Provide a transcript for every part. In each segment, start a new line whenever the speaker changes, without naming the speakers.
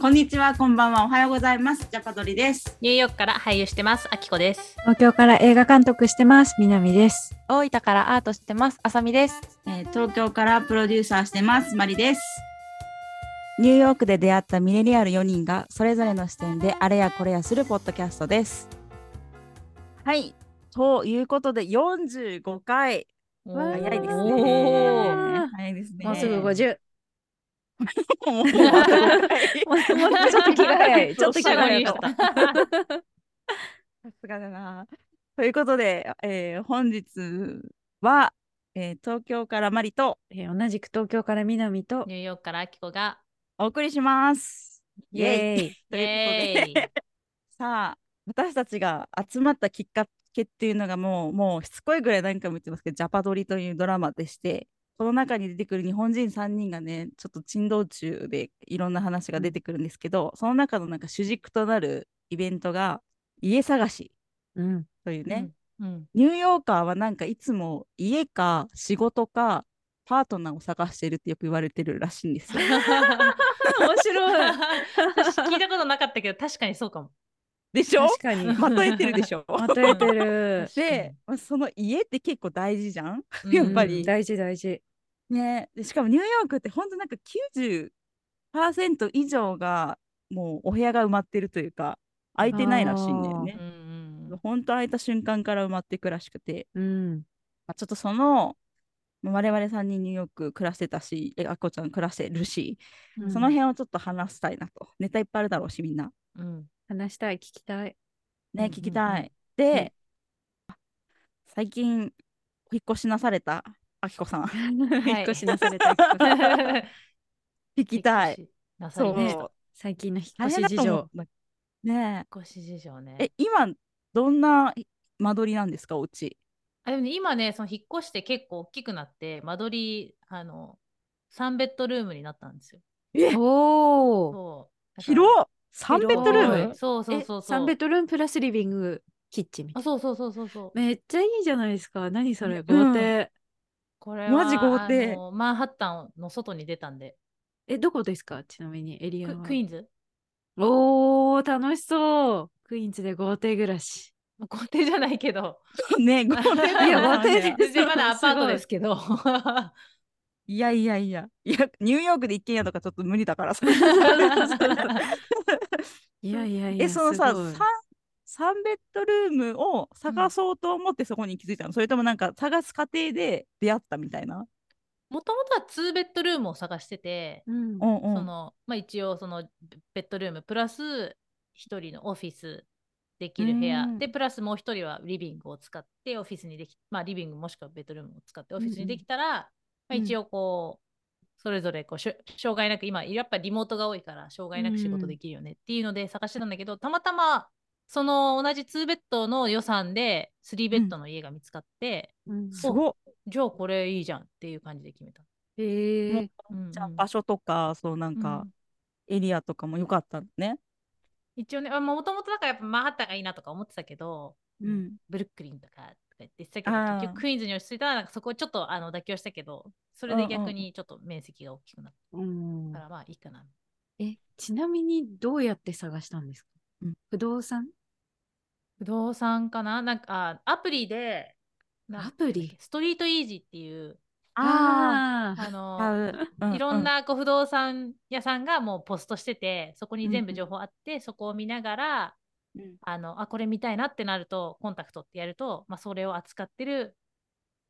こんにちは、こんばんは、おはようございます。ジャパドリです。
ニューヨークから俳優してます。あきこです。
東京から映画監督してます。南です。
大分からアートしてます。あさみです。
えー東京からプロデューサーしてます。マリです。
ニューヨークで出会ったミレリアル4人がそれぞれの視点であれやこれやするポッドキャストです。はい。ということで45回。早いですね
おー
早いですね。
もうすぐ五。十。
もうあと5回
もうちょっと気が早 い。ちょっと気が早いかも。
さすがだな。 ということで、えー本日は、えー東京からマリと
えー同じく東京から南と。
ニューヨークからあきこが。
お送りします。
イエーイ。
ということで、さあ私たちが集まったきっかけっていうのがもうもうしつこいぐらい何回も言ってますけど「ジャパドリ」というドラマでしてこの中に出てくる日本人3人がねちょっと珍道中でいろんな話が出てくるんですけどその中のなんか主軸となるイベントが家探し
うん。
というね、
うん。
ニューヨーカーはなんかいつも家か仕事かパートナーを探してるってよく言われてるらしいん ですよ。
面
白い
聞いたことなかったけど、確かにそうかも。
でしょ
確かに。
まとえてるでしょ
まとえてる。
で、まあその家って結構大事じゃん
う ん
やっぱり
うん大事大事。
ねでしかもニューヨークって本当なんか90%以上がもうお部屋が埋まってるというか空いてないらしいんだよ
う
ね。
んうん
本当空いた瞬間から埋まっていくらしくて、
うん。
まあ、ちょっとそのまあ我々3人ニューヨーク暮らしてたしえあっこちゃん暮らしてるし、その辺をちょっと話したいなとネタいっぱいあるだろうしみんな
うん。
話したい聞きたい。
ね
うん
聞き
うん
た
う
い。で最近お引っ越しなされたあきこさん
はい
引っ越しなされた。引 っ越し
聞きたい。。
なさ
そ
り
う
ました。
最近の引っ
大
越
変
し
だ
事
と思
情
っ。たねえ
引っ越し事情ね。
え、今、どんな間取りなんですか、お家。
あでもね、今ね、その引っ越して結構大きくなって、間取り、あの、3ベッドルームになったんですよ。
おお。
そうだか
広
ら
っ !3 ベッドル
広
ー
い
ム
そうそう
え
そう、そう。
三ベッドルームプラスリビングキッチンみた
あ、
いな。
そうそうそうそうそう。
めっちゃいいじゃないですか。何それ
うん
豪邸。
これは
マジ豪邸
あのマンハッタンの外に出たんで、
え、どこですかちなみにエリア
ク
は。
クイーンズ
おー、楽しそう。クイーンズで豪邸暮らし。
豪邸じゃない けど、
ね、豪邸 だよ
いや豪邸
ね
で
全然まだアパートですけ ど。
いやいやいや。いや、ニューヨークで一軒家とかちょっと無理だから さ。
いやいやい や。
え、そのさ、
すごい
3ベッドルームを探そうと思ってそこに気づいたの、それともなんか探す過程で出会ったみたいな。
もともとは2ベッドルームを探してて、
うん
う、んうん。
そのまあ、一応そのベッドルームプラス一人のオフィスできる部
う
屋
ん
でプラスもう一人はリビングを使ってオフィスにできまあリビングもしくはベッドルームを使ってオフィスにできたら、まあ、
うん
一応こう、それぞれこうしょ障害なく今やっぱリモートが多いから障害なく仕
うんう
事
ん
できるよねっていうので探してたんだけど、たまたまその同じ2ベッドの予算で3ベッドの家が見つかって、
うん
すごっ。
じゃあこれいいじゃんっていう感じで決めた。
えー
もう
うん
じゃあ
うん
場所とか、そうなん
う
か
ん
エリアとかも良かったのね。
一応ね、もともとなんかやっぱマンハッタンがいいなとか思ってたけど、
うん
ブルックリンとかとか言ってたけど、
あー
結局クイーンズに落ち着いたら、なんかそこをちょっとあの妥協したけど、それで
うんうんう
逆
ん
にちょっと面積が大きくなっ
うん
たから、まあいいかな。
え、ちなみにどうやって探したんですか
うん
不動産
不動産かななんかあアプリで、な
アプリ
ストリートイージーっていう、
あ
あの、
あ
いろん、なこう不動産屋さんがもうポストしてて、そこに全部情報あって、そこを見ながら、
うん
あのあこれ見たいなってなると、コンタクトってやると、まあ、それを扱ってる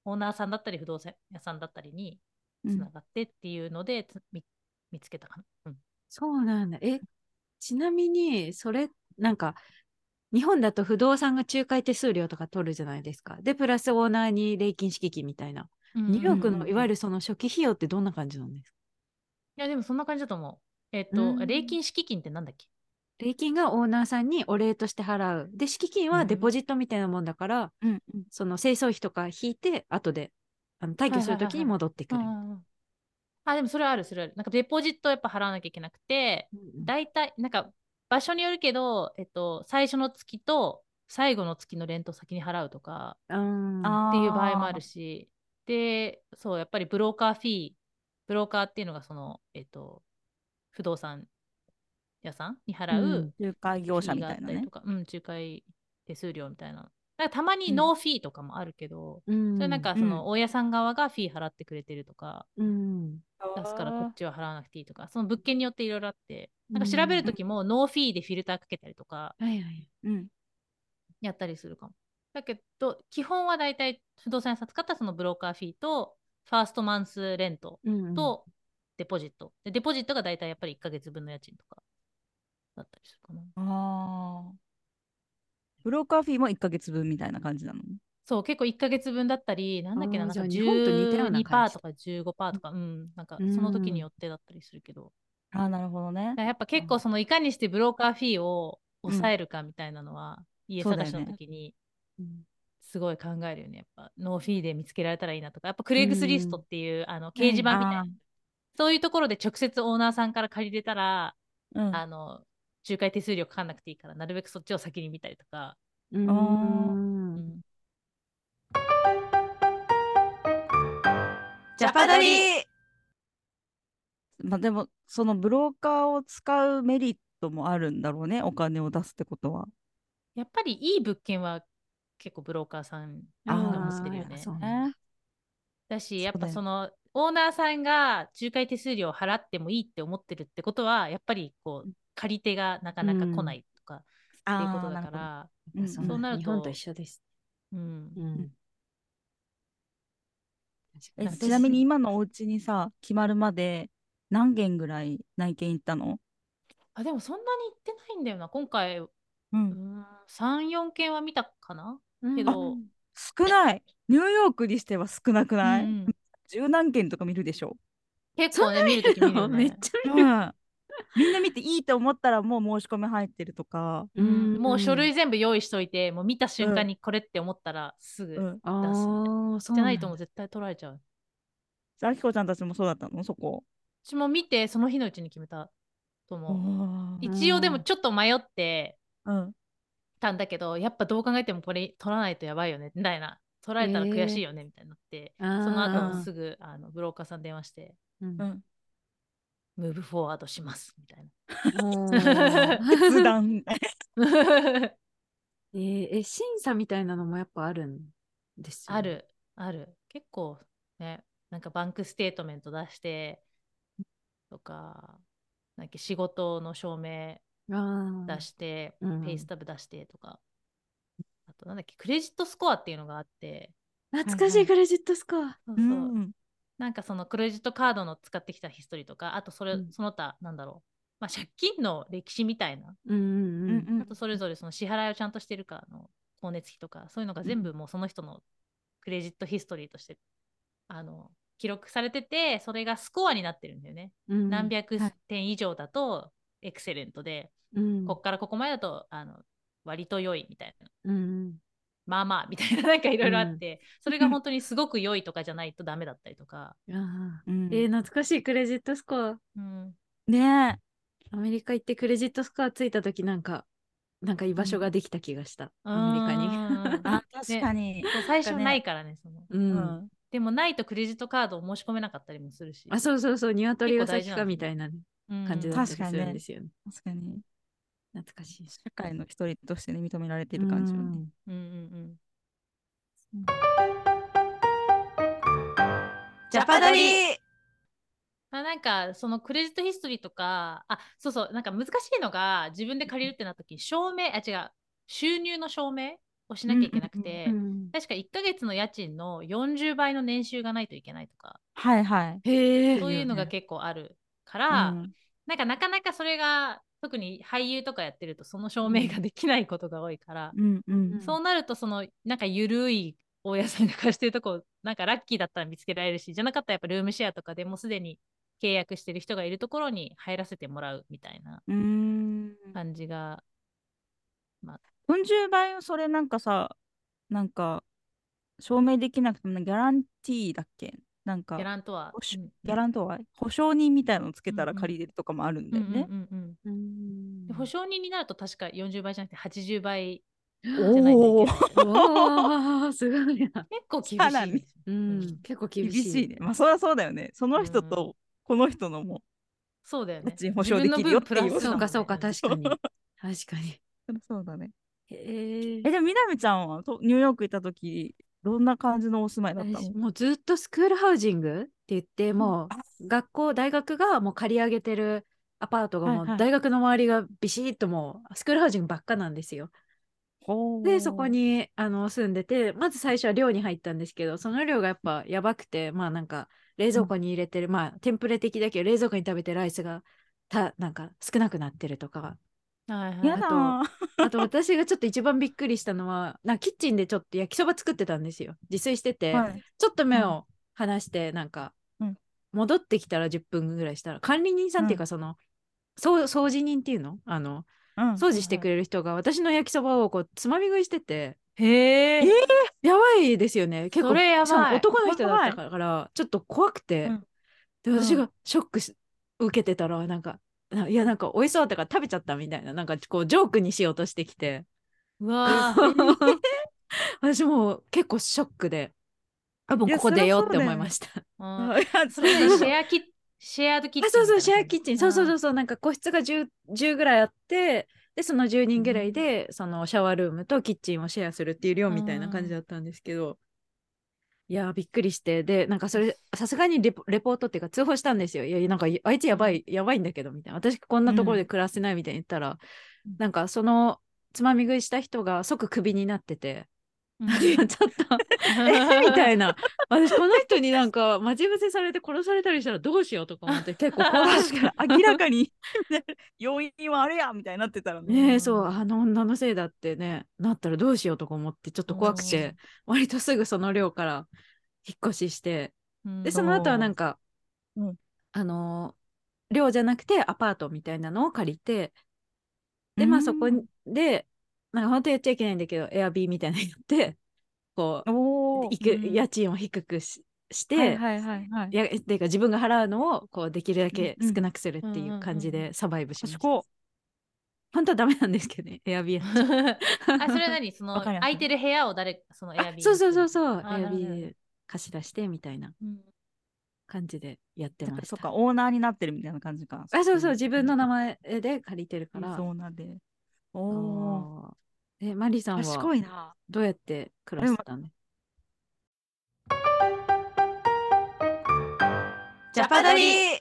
オーナーさんだったり、不動産屋さんだったりに
うんう
つ
ん
ながってっていうので、つ見見つけたかな。うん
そうなんだ。え、ちなみに、それ、なんか、日本だと不動産が仲介手数料とか取るじゃないですか。で、プラスオーナーに礼金敷金みたいな。ニューヨークのいわゆ
るい
るその初期費用ってどんな感じなんですか
や、でもそんな感じだと思う。えっ、
う
と、
ん
礼金敷金ってなんだっけ
礼金がオーナーさんにお礼として払う。で、敷金はデポジットみたいなもんだから、
うんうん
その清掃費とか引いて、後で、あの退去するときに戻ってくる。
あ、でもそれはある、それはある。なんかデポジットやっぱ払わなきゃいけなくて、
うん
大体なんか場所によるけど、えっと、最初の月と最後の月のレント先に払うとか
うんあ
っていう場合もある
し。
しでそうやっぱりブローカーフィーブローカーっていうのがその、えっと、不動産屋さんに払う、
うん
仲介業者みたいな
フィーがあったり
ね
と。か、うん、仲介手数料みたいな。だからたまにノーフィーとかもあるけど、
うん
それなんか
うん
その大家さん側がフィー払ってくれてるとか、
うん。
出すからこっ
あ
ちは払わなくていいとか、その物件によっていろいろあって、なんか調べるときもノーフィーでフィルターかけたりとか
はいはい。
ーうん
やったりするかも。だけど、基本はだいたい不動産屋さん使ったそのブローカーフィーと、ファーストマンスレント
うんうん、
とデポジット。で、デポジットがだいたいやっぱり1ヶ月分の家賃とかだったりするかな。
あーブローカーフィーも1ヶ月分みたいな感じなの
そう、結構1ヶ月分だったり、なんだっけな、
あー
なん
じ
か
ゃあ日本と似たような感
12%
じ
とか15%とか、うん、なんかその時によってだったりするけど、
ああ、なるほどね
だか。らやっぱ結構そのいかにしてブローカーフィーを抑えるかみたいなのは、家
そうだ
探
よね
しの時に
うん
すごい考えるよね、やっぱノーフィーで見つけられたらいいなとか、やっぱクレイグスリストっていうあの掲示板みたい
あ
な、そういうところで直接オーナーさんから借りれたら、
うん、
あの、仲介手数料かかんなくていいから、なるべくそっちを先に見たりとか、
うん
あ
うん
ジャパドリ
まあでも、そのブローカーを使うメリットもあるんだろうね、お金を出すってことは。
やっぱりいい物件は結構ブローカーさん
あー
が持ってるよ
やっぱ
ね。
そうなん
だし、やっ
そうだ
ぱ
よ
そのオーナーさんが仲介手数料を払ってもいいって思ってるってことは、やっぱりこう借り手がなかなか来ないとかっていうことだから、
うん
そ
うん
う
そうな
なる
る
と
と
日本と一緒です。
うん
うん。
えちなみに今のお家にさ、決まるまで何軒ぐらい内見行ったの
あでもそんなに行ってないんだよな。今回、う
う
ー
ん。
ん、3、4件は見たかなけ
う
ど、
少ないニューヨークにしては少なくない、
うんうん
十何件とか見るでしょ、
結構ね、見るとき見るよ
ん、 めっ
ね。
ちゃ見る。
うん、みんな見ていいと思ったらもう申し込み入ってるとか、
うんもう書類全部用意しといて、もう見た瞬間にこれって思ったらすぐ。
うん、
あ
出すみた
ー
じゃ
そうんだ
ないともう絶対取られちゃう。
あきこちゃんたちもそうだったのそこ
私も見て、その日のうちに決めたと思
う
う。
ん
一応でも
うん
ちょっと迷って
うん
たんだけど、やっぱどう考えてもこれ取らないとやばいよね、みたいな。取られたら悔しいよね、みたいになって、
あー
その後もすぐあのブローカーさんに電話して、
うん
うん
ムーブフォワードします、みたいな。
おー
決断
えーえ審査みたいなのもやっぱあるんですよね
あ。る、ある。結構ね、なんかバンクステートメント出して、とか、なんか仕事の証明
あー
出して、
うん
ペイスタブ出してとか、あとなんだっけ、クレジットスコアっていうのがあって、
懐かしいクレジットスコア。
そう
う
そう、
ん
なんかそのクレジットカードの使ってきたヒストリーとか、あとそれ、
うん
その他、なんだろう、まあ、借金の歴史みたいな、
うんうんうん。
あとそれぞれその支払いをちゃんとしてるかの光熱費とか、そういうのが全部もうその人のクレジットヒストリーとして、あの、記録されてて、それがスコアになってるんだよね。
うん
何百
はい
点以上だと、エクセレントで、
うん
こっからここまでだと、あの、割と良いみたいな。
うん
まあまあみたいななんかいろいろあ
う
っ
ん
て、それが本当にすごく良いとかじゃないとダメだったりとか、
うんあ
うん
ーえー懐かしいクレジットスコア。
うん、
ね
アメリカ行ってクレジットスコアついた時なんかなんか居場所ができた気がした、アメリカに。
に
え あ確かに、
最初ないからねその
うん
うん
でもないとクレジットカードを申し込めなかったりもするし
あそうそうそう鶏が
結構大
先
事なんですね
かみたいなね
うん
感じだ
だ
ったりするんですよね。
確かに
懐かしい。
社会の一人としてね認められてる感じよね、
うんうん
ジャパドリ
まあ、なんかそのクレジットヒストリーとかあそうそうなんか難しいのが自分で借りるってなった時証明あ違う収入の証明をしなきゃいけなくて、
うんうん
確か1ヶ月の家賃の40倍の年収がないといけないとか
はいはい
へえ
そういうのが結構あるから、
うん
なんかなかなかそれが特に俳優とかやってるとその証明ができないことが多いから、
うんうん
うん
そうなるとそのなんかゆるい大家さんが貸してるとこなんかラッキーだったら見つけられるしじゃなかったらやっぱルームシェアとかでもうすでに契約してる人がいるところに入らせてもらうみたいな
うーん
感じが、
40倍をそれなんかさなんか証明できなくてもギャランティーだっけなんか
ギャランとは
お。し
うん
ギャラントは保証人みたいのつけたら
うんうん
借りれるとかもあるん
う
だ
ん
よ
うん
ね。
うんうん
うん
で保証人になると確か40倍じゃなくて80倍じゃないと
お
い
お
けない
おーすごいな。
結構厳しい
さら
んで
に
すよ
うん、結構厳
厳
しい。
しいね。まあそりゃそうだよね。その人
うん
とこの人のも
そうだよ
家
ね。
賃保証できるよってい
自分の分プ
う
ラス
そうかそうか
そうだね
確かに確かに
そうだね
へえ
えでもみなみちゃんはとニューヨーク行った時どんな感じのお住まいだったの
私もうずっとスクールハウジングって言ってもう学校大学がもう借り上げてるアパートがも
はいは
う
い
大学の周りがビシッともうスクールハウジングばっかなんですよ。
ほう
でそこにあの住んでてまず最初は寮に入ったんですけどその寮がやっぱやばくてまあなんか冷蔵庫に入れてる、まあテンプレ的だけど冷蔵庫に食べてるライスがたなんか少なくなってるとか
はいはい
やだー
あと私がちょっと一番びっくりしたのはなんかキッチンでちょっと焼きそば作ってたんですよ自炊してて、
はい
ちょっと目を離してなんか、
うん
戻ってきたら10分ぐらいしたら管理人さんっていうかその、そう掃除人っていうのあの
うん
掃除してくれる人が私の焼きそばをこうつまみ食いしてて
へえ。
やばいですよね結構
それやばい
しかも男の人だったからちょっと怖くて、
うん
で
ん
私がショックし受けてたらなんかないやなんか美味しそうだから食べちゃったみたいななんかこうジョークにしようとしてきて。
うわ
私もう結構ショックで、多分
いや
ここ出よう
そ
っ
り
て
ゃそうだよ
思いました。
ー。うん
いや
それでシェアキッシェアードキッチン
あ、
みたい
そう
な感
そう、
じ。
シェアキッチン。そうそうそううそう、なんか個室が 10, 10ぐらいあって、で、その10人ぐらいで、そのシャワールームとキッチンをシェアするっていう量みたいな感じだったんですけど、いやー、びっくりして、で、なんかそれ、さすがにレポレポートっていうか通報したんですよ。いや、なんかあいつやばい、やばいんだけど、みたいな。私こんなところで暮らせないみたいに言ったら、なんかその、つまみ食いした人が即クビになって て、
ん。
いやちょっ と。えみた
い
いな。 私、この人になんか、待ち伏せされて殺されたりしたらどうしようとか思 って、結構怖い
確かに明らかに要因はあれやみたいになってたらね
ねえ、そう、あの女のせいだってね、なったらどうしようとか思って、ちょっと怖くて、割とすぐその寮から引っ越しして、
な
で、その後はなんか、
うん
あのー、寮じゃなくてアパートみたいなのを借りて、で、まあそこ
うん
で、なんか本当やっちゃいけないんだけど、エアビーみたいなのやって、こう、
おー
いく
うん
家賃を低くしして、
はいはいはいはい
いやっていうか自分が払うのをこうできるだけ
うんうん
少なくするってい
んうんう
うんう感じでサバイブしました。
賢
本当はダメなんですけどね、エ アビー。
あそれは何その
わかりました
空いてる部屋を誰そのエア
あ
ビー
そうそうそうそう、エ
あ
アビ
なるほど
ー貸し出してみたいな
うん
感じでやって
だ
ま
か
し
ら
た。
そっかオーナーになってるみたいな感じか
あそうそう、自分の名
前
前で借りてるから。
オーナーでおお
あーえ、マリさんは
賢いな
どうやって暮らしてたの
ジャパドリ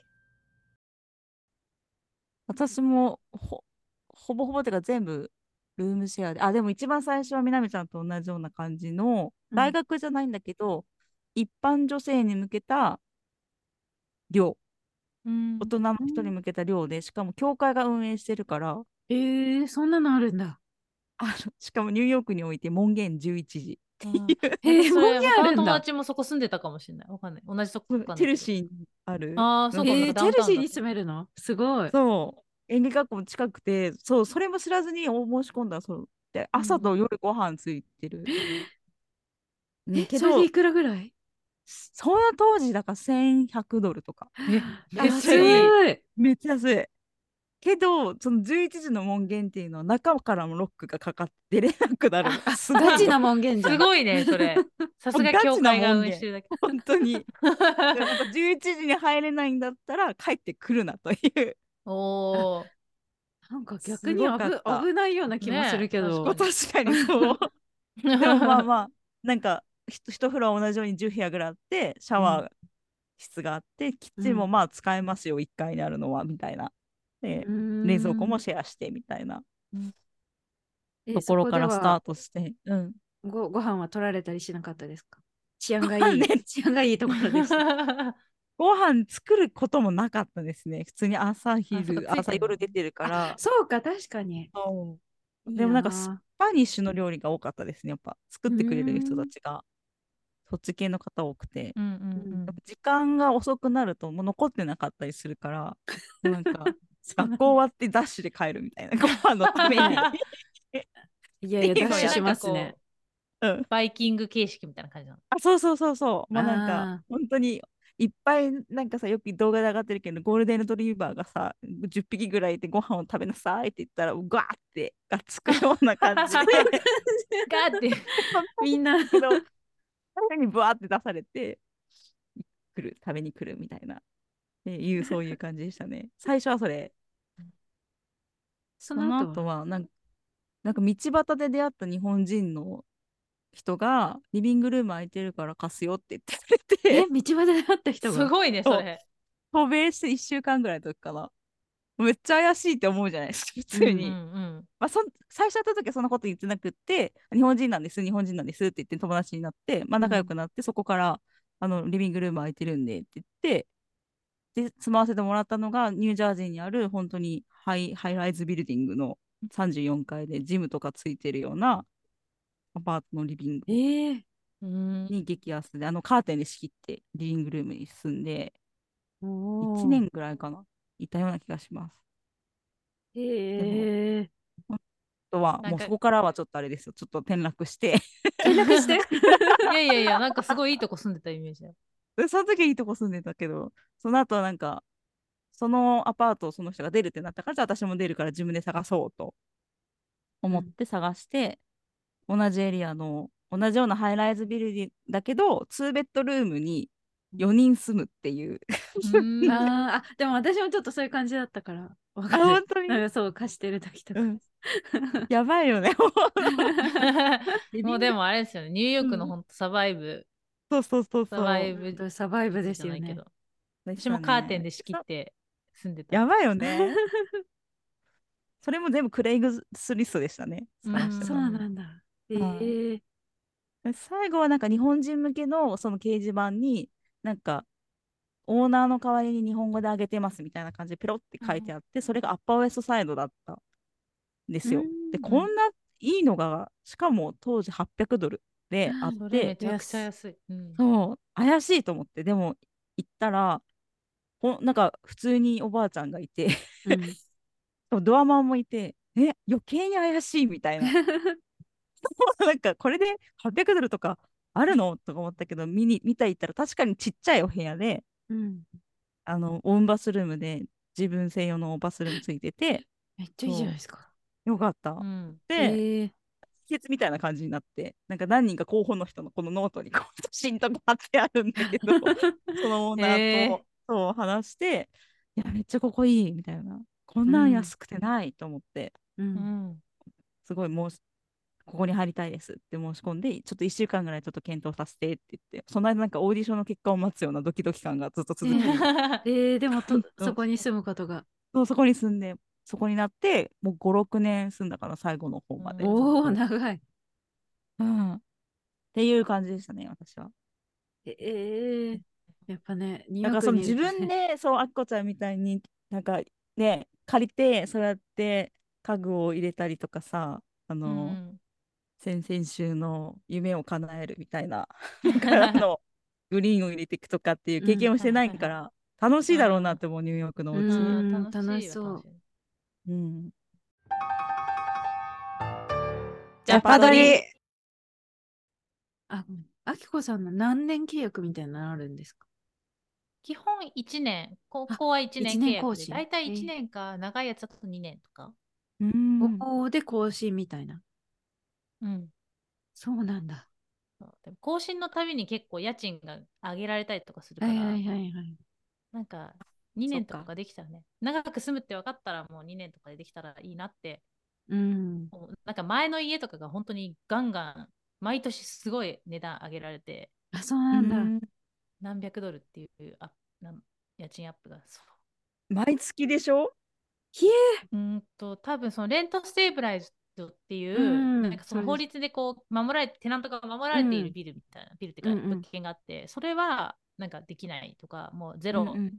私もほほぼほぼっていうか全部ルームシェアであでも一番最初はみなみちゃんと同じような感じの
うん
大学じゃないんだけど、一般女性に向けた寮
うん
大人の人に向けた寮でしかも教会が運営してるから
えー、そんなのあるんだ。
あのしかもニューヨークにおいて門限11時
うん
えー、
それ
本
他
あ
の
るん
友
だ。
達もそこ住んでたかもしれない。わかんない。同じとこか
チェルシーにある
あーそう
え
かも
ー、チ
ダウンタウンだ
ェルシーに住めるのすごい。
そう演技学校も近くてそうそれも知らずにお申し込んだそうで朝と夜ご飯ついて る、
え、
け
それ
ど
でいくらぐらい
その当時だから1100ドルとか
ー
あ
めっちゃいい
すごい。
めっちゃ安いけどその11時の門限っていうのは中からもロックがかかって出れなくなるのすごい
ガチな門限じゃん。
すごいね、そ れ。さすが
ガチな
教会が
もん
運
で
営してるだけ。
本当にでもなんか11時に入れないんだったら帰ってくるなという
お お。
なんか
す
逆
ご
に
かっ
危
た
危ないような気も
ねえ
するけど。
確
確かにそうでもま あまあなんかひと一風呂は同じように10部屋ぐらいあってシャワー室があって、キッチンもまあ使えますよ、1階にあるのはみたいなで冷蔵庫もシェアしてみたいなところからスター
ト。
トして、うん、
ごご飯は取られたりしなかったですか治安が
ご
いい、
飯ね
治安がいいところで した。
ご飯作ることもなかったですね普通に朝昼
あそっかついてんの
朝夜出てるから
そうか、確かに。
そうでもなんかスパニッシュの料理が多かったですねやっぱ作ってくれる人たちがそっち系の方多くて、
うんう
や
ん
っぱ時間が遅くなるともう残ってなかったりするからもうなんか学校終わってダッシュで帰るみたいなご飯のため に
いやいや、
っていう
ダッ
のは
シュしますね。
うん
バイキング形式みたいな感じなの。
あそうそうそうそうまあなん
あ
か本当にいっぱいなんかさよく動画で上がってるけどゴールデンレトリーバーがさ10匹ぐらいいてご飯を食べなさいって言ったらうわーってがっつくような感じで
ガーって。
みんな。
けど最後にぶわーって出されて来る食べに来るみたいなっていうそういう感じでしたね。最初はそれ。そ
そ
の
の後
後はなんかなんか道端で出会った日本人の人がリビングルーム空いてるから貸すよって言ってくれ
え
て
道端で会った人
す
が
ごいね、それ。
渡米して1週間ぐらいの時かな。めっちゃ怪しいって思うじゃないですか普通に。
うんうん
まあ、そん最初会った時はそんなこと言ってなくって日本人なんです日本人なんですって言って友達になって、まあ、仲良くなって、そこからあのリビングルーム空いてるんでって言ってで住まわせてもらったのがニュージャージーにある本当にハイハイライズビルディングの34階でジムとかついてるようなアパートのリビング
えー、
うん
に激安であのカーテンで仕切ってリビングルームに住んで
1
1年ぐらいかないたような気がします。
えー、
あとは
なん
もう
か
そこからはちょっとあれですよちょっと転落して
連絡して
いやいやいや、なんかすごいいいとこ住んでたイメージだよ。
でその時いいとこ住んでたけど、その後はなんか、そのアパートをその人が出るってなったから、じゃあ私も出るから自分で探そうと思って探して、同じエリアの、同じようなハイライズビルディだけど、2ベッドルームに4人住むっていう。
うん
あーあでも私もちょっとそういう感じだったからわか
あ、
る
本当
なん
に
かそう貸してる時と か、
うん やばいよね。も う
もうで。もあれですよね、ニューヨークの
うん
ほんとサバイブ、
そうそうそうそ
サバイ
う。
ブ
本当にサバイブで
じ
す
ゃ
よ
ないけ
ね
ど。。私もカーテンで仕切
た
って住んでた。
やばいよね。 それも全部クレイグスリストでしたね。
うん
探し
あ
た
そうなんだえ
はい
ー、
最後はなんか日本人向けのその掲示板になんかオーナーの代わりに日本語であげてますみたいな感じでペロって書いてあって、それがアッパーウエストサイドだったんですよ。で
うん
こんないいのがしかも当時800ドルであっ
それめ
て
ちゃくちゃ安い。うん
そう怪しいと思ってでも行ったらほんなんか普通におばあちゃんがいて
うん
ドアマンもいてえ余計に怪しいみたいな なんかこれで800ドルとかあるのとか思ったけど見に見た行ったら確かにちっちゃいお部屋で
うん、
あのオンバスルームで自分専用のオンバスルームついてて
めっちゃいいじゃないですか
よかった。
うん
で
えー
秘訣みたいな感じになってなんか何人か候補の人のこのノートにこう写真とか貼ってあるんだけどそのオーナーと、
えー
そう話して「いやめっちゃここいい」みたいな「こんな
うんん
安くてない」と思って。
う、
うんん
すごい申しここに入りたいですって申し込んで、ちょっと1週間ぐらいちょっと検討させてって言って、その間なんかオーディションの結果を待つようなドキドキ感がずっと続き、
えー、でもと
そう
そこに住むことが
そうそこに住んで、そこになって、もう5、6年住んだから最後の方まで。
おお
ずっと
長い
うん。っていう感じでしたね、私は。
ええやっぱね、ニュ
な
ー
ん
ヨ
か
ーク
その
にい
自
ると
分
ね、
で、そう、あっこちゃんみたいになんかね、借りて、そうやって家具を入れたりとかさ、あ
う
の、
ん
先々週の夢を叶えるみたいなだからあの グリーンを入れていくとかっていう経験をしてないから楽しいだろうなって思うニューヨークのお
う
うん
家、
楽
ん
しいよ
楽しそう
楽い
うん、
ジャパドリ
あ、あきこさんの何年契約みたいなのあるんですか
基本1年、高校は1年契
一年更
約で、
新
大体
えー
1年か、長いやつだと2年とか。
うん
ここで更新みたいな。
うん
そうなんだ。
そうでも更新のたびに結構家賃が上げられたりとかするか
は
ら、
いはいはいはい。
なんか2
そっ
年
か
とかできたらね、長く住むって分かったらもう2年とかでできたらいいなって、
うん。
もうなんか前の家とかが本当にガンガン、毎年すごい値段上げられて、
あ、そうなんだ。
うん
何百ドルっていうあなん家賃アップが、そう
毎月でしょ
うーんと多分そのレントステーブライズドっていう、
うん
なんかその
そうです
法律でこう守られてテナントが守られてい
うん
るビルみたいな、ビルっていうか
うんうん
物件があって、それはなんかできないとかもうゼロ、
うんうん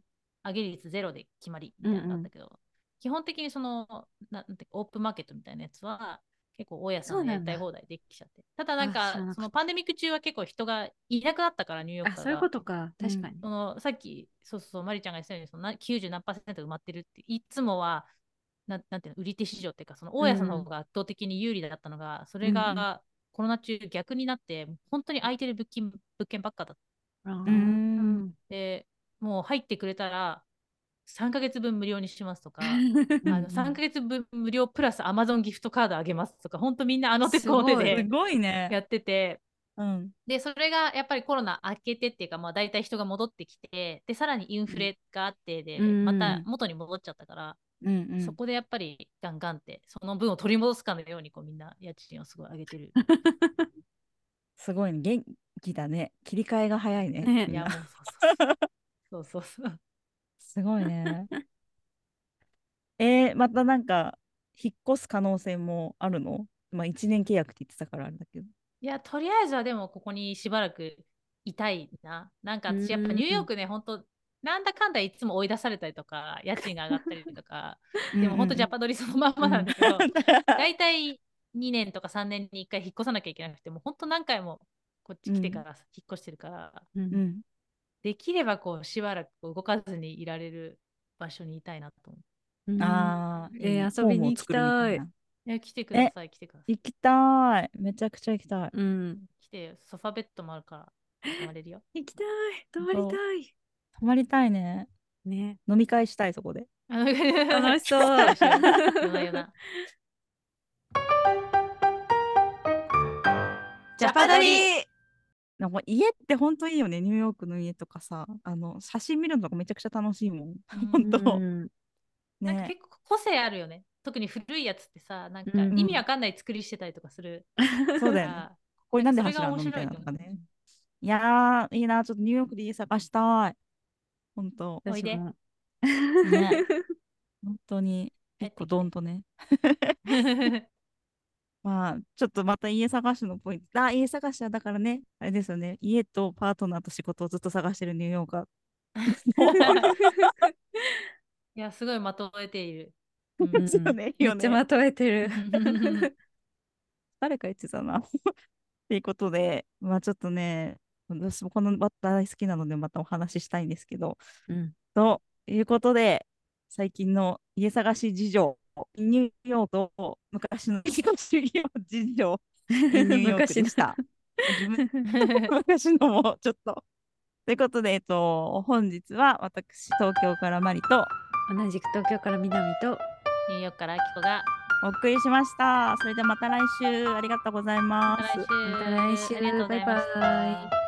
上げ率ゼロで決まりみたいなのがあったけど、基本的にそのななんてオープンマーケットみたいなやつは結構大家さん
そう
の
な
やり
んだ
たい放題できちゃってただなん
あ知らなか
か
った
そのパンデミック中は結構人がいなくなったからニューヨーク
あ、
から
そういうことか。確かに。
そのさっきそうそうマリちゃんが言ってたようにそのな90何パーセント埋まってるっていつもはなんなんていうの売り手市場っていうかその大家さんの方が圧倒的に有利だったのが、それ
うん
がコロナ中逆になって本当に空いてる物件物件ばっかだっ
うん
ん
てもう入ってくれたら3ヶ月分無料にします とかあの3ヶ月分無料プラス Amazon ギフトカードあげますとか本当みんなあの手この手
すご
です
ごいね
やってて
うん。
で、それがやっぱりコロナ明けてっていうか、まあ大体人が戻ってきて、で、さらにインフレがあってで、
うん
また元に戻っちゃったから、
うんうん、
そこでやっぱりガンガンって、その分を取り戻すかのように、こうみんな家賃をすごい上げ てる。
すごいね。元気だね。切り替えが早いね。
ね
み
い
ん
や、
な
もうそう そうそう。そうそうそう。
すごいね。 えー、またなんか、引っ越す可能性もあるのまあ、1年契約って言ってたからあれだけど。
いや、とりあえずはでもここにしばらくいたいな。なんか私やっぱニューヨークね、本当なんだかんだいつも追い出されたりとか、家賃が上がったりとか、でも本当ジャパドリそのまんまなんだけど、 大体2年とか3年に1回引っ越さなきゃいけなくて、もう本当何回もこっち来てから引っ越してるから、
うんうん。
できればこうしばらくこう動かずにいられる場所にいたいなと思
うん
ああ、いいね
えー遊びに行きたい。
ホームを作るみ
う。いや、来てください、来てください。
行きたい。めちゃくちゃ行きたい。
うん。
来て、ソファベッドもあるから、泊まれるよ。
行きたい。泊まりたい。
泊まりたいね。
ね。
飲み会したい、そこで。
楽
楽しそう
夜な夜な
ジャパドリ
なんか家って本当いいよね。ニューヨークの家とかさ、あの、写真見るのとかめちゃくちゃ楽しいもん。
うん
本当。
うん
なんか
ね。
結構個性あるよね。特に古いやつってさ、なんか
うん
意味わかんない作りしてたりとかする。
そうだよ
か
ね。
ら
ここになんで
それ
走
が
らんの
面
み
白
た
い
い
よ
な
ね
とかね。いやー、いいな。ちょっとニューヨークで家探したい。本当。
おいで
私も
ね本当に
帰っ
結
てきて
構どんとね。まあちょっとまた家探しのポイント。あ、家探しはだからね、あれですよね。家とパートナーと仕事をずっと探してるニューヨーカー。
いや、すごいまとえてい る。
う
うん
ん
そうね、いい
め
よ
っちゃ
ね。
まとえてる。
誰か言 ってたな。っていうことで、まあちょっとね、私もこのバッター大好きなのでまたお話ししたいんですけど、
うん
ということで、最近の家探し事情、ニューヨークと昔の家探し事情、ニューヨー クでした。 昔のもちょっと。ということで、えっと、本日は私、東京からマリと
同じく東京から南と
ニューヨークからあきこが、
お送りしました。それではまた来週ありがとうございま
ま
す。
た来週。
また来週
ありがとうございまし
バイバイ
た。